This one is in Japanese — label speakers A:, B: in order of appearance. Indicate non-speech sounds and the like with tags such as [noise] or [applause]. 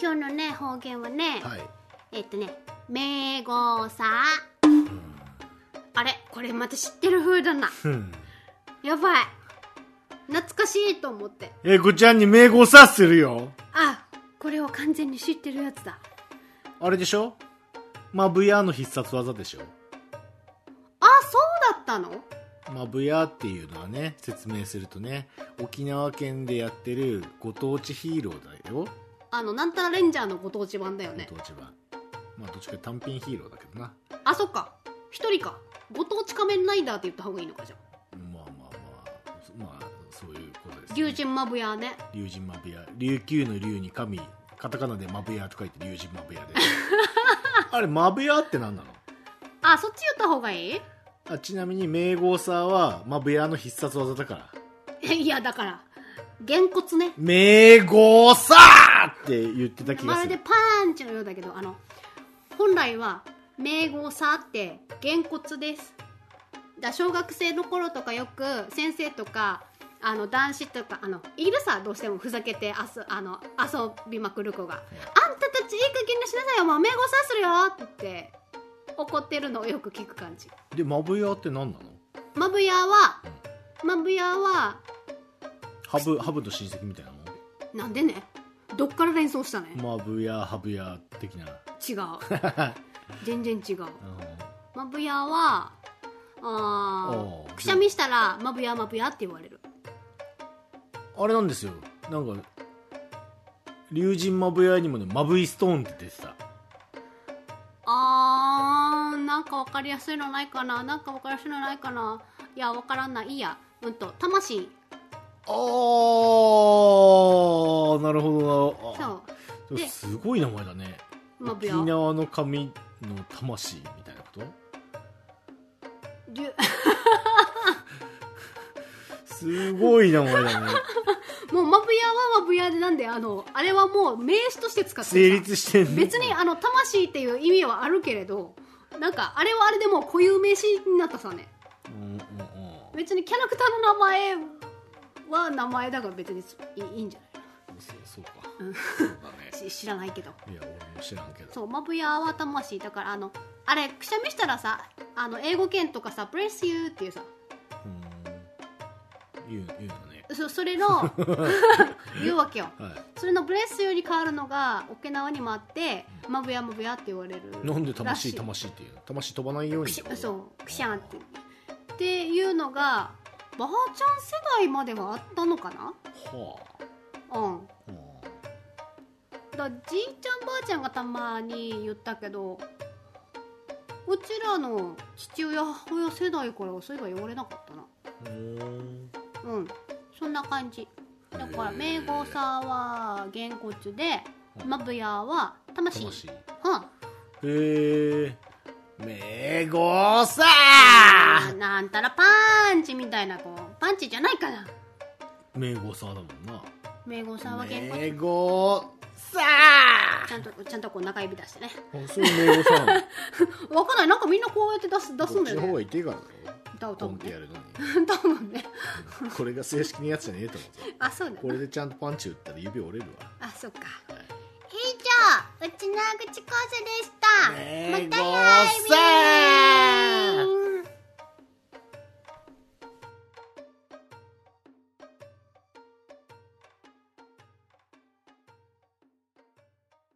A: 京のね方言はね、
B: はい
A: えっとね名号さあれこれまた知ってる風だな
B: うん
A: やばい懐かしいと思って
B: 英子ちゃんに名号さするよ
A: あこれを完全に知ってるやつだ
B: あれでしょマブヤの必殺技でしょ
A: あそうだったの
B: マブヤっていうのはね説明するとね沖縄県でやってるご当地ヒーローだよ
A: あのなんたらレンジャーのご当地版だよ
B: ご
A: ね
B: 当地版まあどっちか単品ヒーローだけどな
A: あそっか一人かご当地仮面ライダーって言った方がいいのかじゃあ
B: まあまあまあまあそういうことです、ね、
A: 龍神マブヤね
B: 龍神マブヤ琉球の龍に神カタカナでマブヤと書いて龍神マブヤで [laughs] あれマブヤって何なの
A: あそっち言った方がいい [laughs]
B: あちなみに名号さはマブヤの必殺技だから
A: えいやだからげんこつね
B: 名号さって言ってた気が
A: まするで
B: る
A: パンチのようだけどあの本来は名号さってげんこつですだ小学生の頃とかよく先生とかあの男子とかあのいるさどうしてもふざけてあすあの遊びまくる子が「あんたたちいい加減にしなさいよもう名号さするよ」って言って怒ってるのをよく聞く感じ
B: でマブヤって何なの
A: マブヤはマブヤは
B: ハブハブの親戚みたいな
A: なんでねどっから連想したね
B: のマブヤハブヤ的な、
A: 違
B: [laughs]
A: う全然違う
B: うん
A: マブヤはあ
B: お
A: ー
B: う
A: くしゃみしたらマブヤマブヤって言われる
B: あれなんですよなんか龍神マブヤにもねマブイストーンって出てた
A: あーなんかわかりやすいのないかななんかわかりやすいのないかないやわからんないいいやうんと魂
B: あーなるほどな
A: そ
B: あ
A: です
B: ごい名前だね
A: うマブ
B: 沖
A: ヤ
B: 縄の神の魂みたいなこと
A: りゅ [laughs]
B: すごい名前だね
A: もうマブヤはマブヤでなんであのあれはもう名詞として使って
B: 成
A: る
B: 立してんね
A: 別にあの魂っていう意味はあるけれどなんかあれはあれでもう固有名詞になったさね
B: うんうんうん
A: 別にキャラクターの名前は名前だから別にいいいいんじゃない
B: そうそうかそうだね
A: し知らないけど
B: いや俺も知らんけど
A: そうマブヤは魂だからあのあれくしゃみしたらさあの英語圏とかさ「Bless you」っていうさ
B: うん言う言うのね
A: そそれ
B: [laughs]
A: の言うわけよ
B: はい
A: それの「Bless you」に変わるのが沖縄にもあって「マブヤマブヤ」って言われる
B: なんで
A: らしい
B: 魂魂っていうの魂飛ばないよう
A: く
B: に
A: しそうくしゃんってっていうのがばあちゃん世代まではあったのかな
B: はあ
A: うん
B: は
A: だじいちゃんばあちゃんがたまに言ったけどうちらの父親母親世代からはそういえば言われなかったな
B: あうん
A: うんそんな感じだから
B: へー
A: 名号さんはげんこつで
B: うん
A: マブヤは魂
B: 魂へ
A: う
B: え名号さ
A: んなんたらパンチみたいなこうパンチじゃないかな
B: 名号さだもんな
A: 名号さんはげんこ
B: 名号さ
A: つちゃんとちゃんとこう中指出してね
B: あそう名号
A: [laughs]
B: さな
A: わかんないなんかみんなこうやって出す出す
B: こ
A: ん
B: っ
A: だ
B: ち
A: よ
B: の方
A: ね
B: が痛いからだ
A: 多
B: ろポン
A: 分
B: ってや
A: ね
B: るの
A: [laughs]
B: に
A: 多分ね
B: これが正式なやつじゃねえと思うぞ
A: あそうだ
B: これでちゃんとパンチ打ったら指折れるわ
A: あそっか
B: はい
A: 以上うちなぐちこうせでしたまた来
B: 名
A: 週
B: 号さ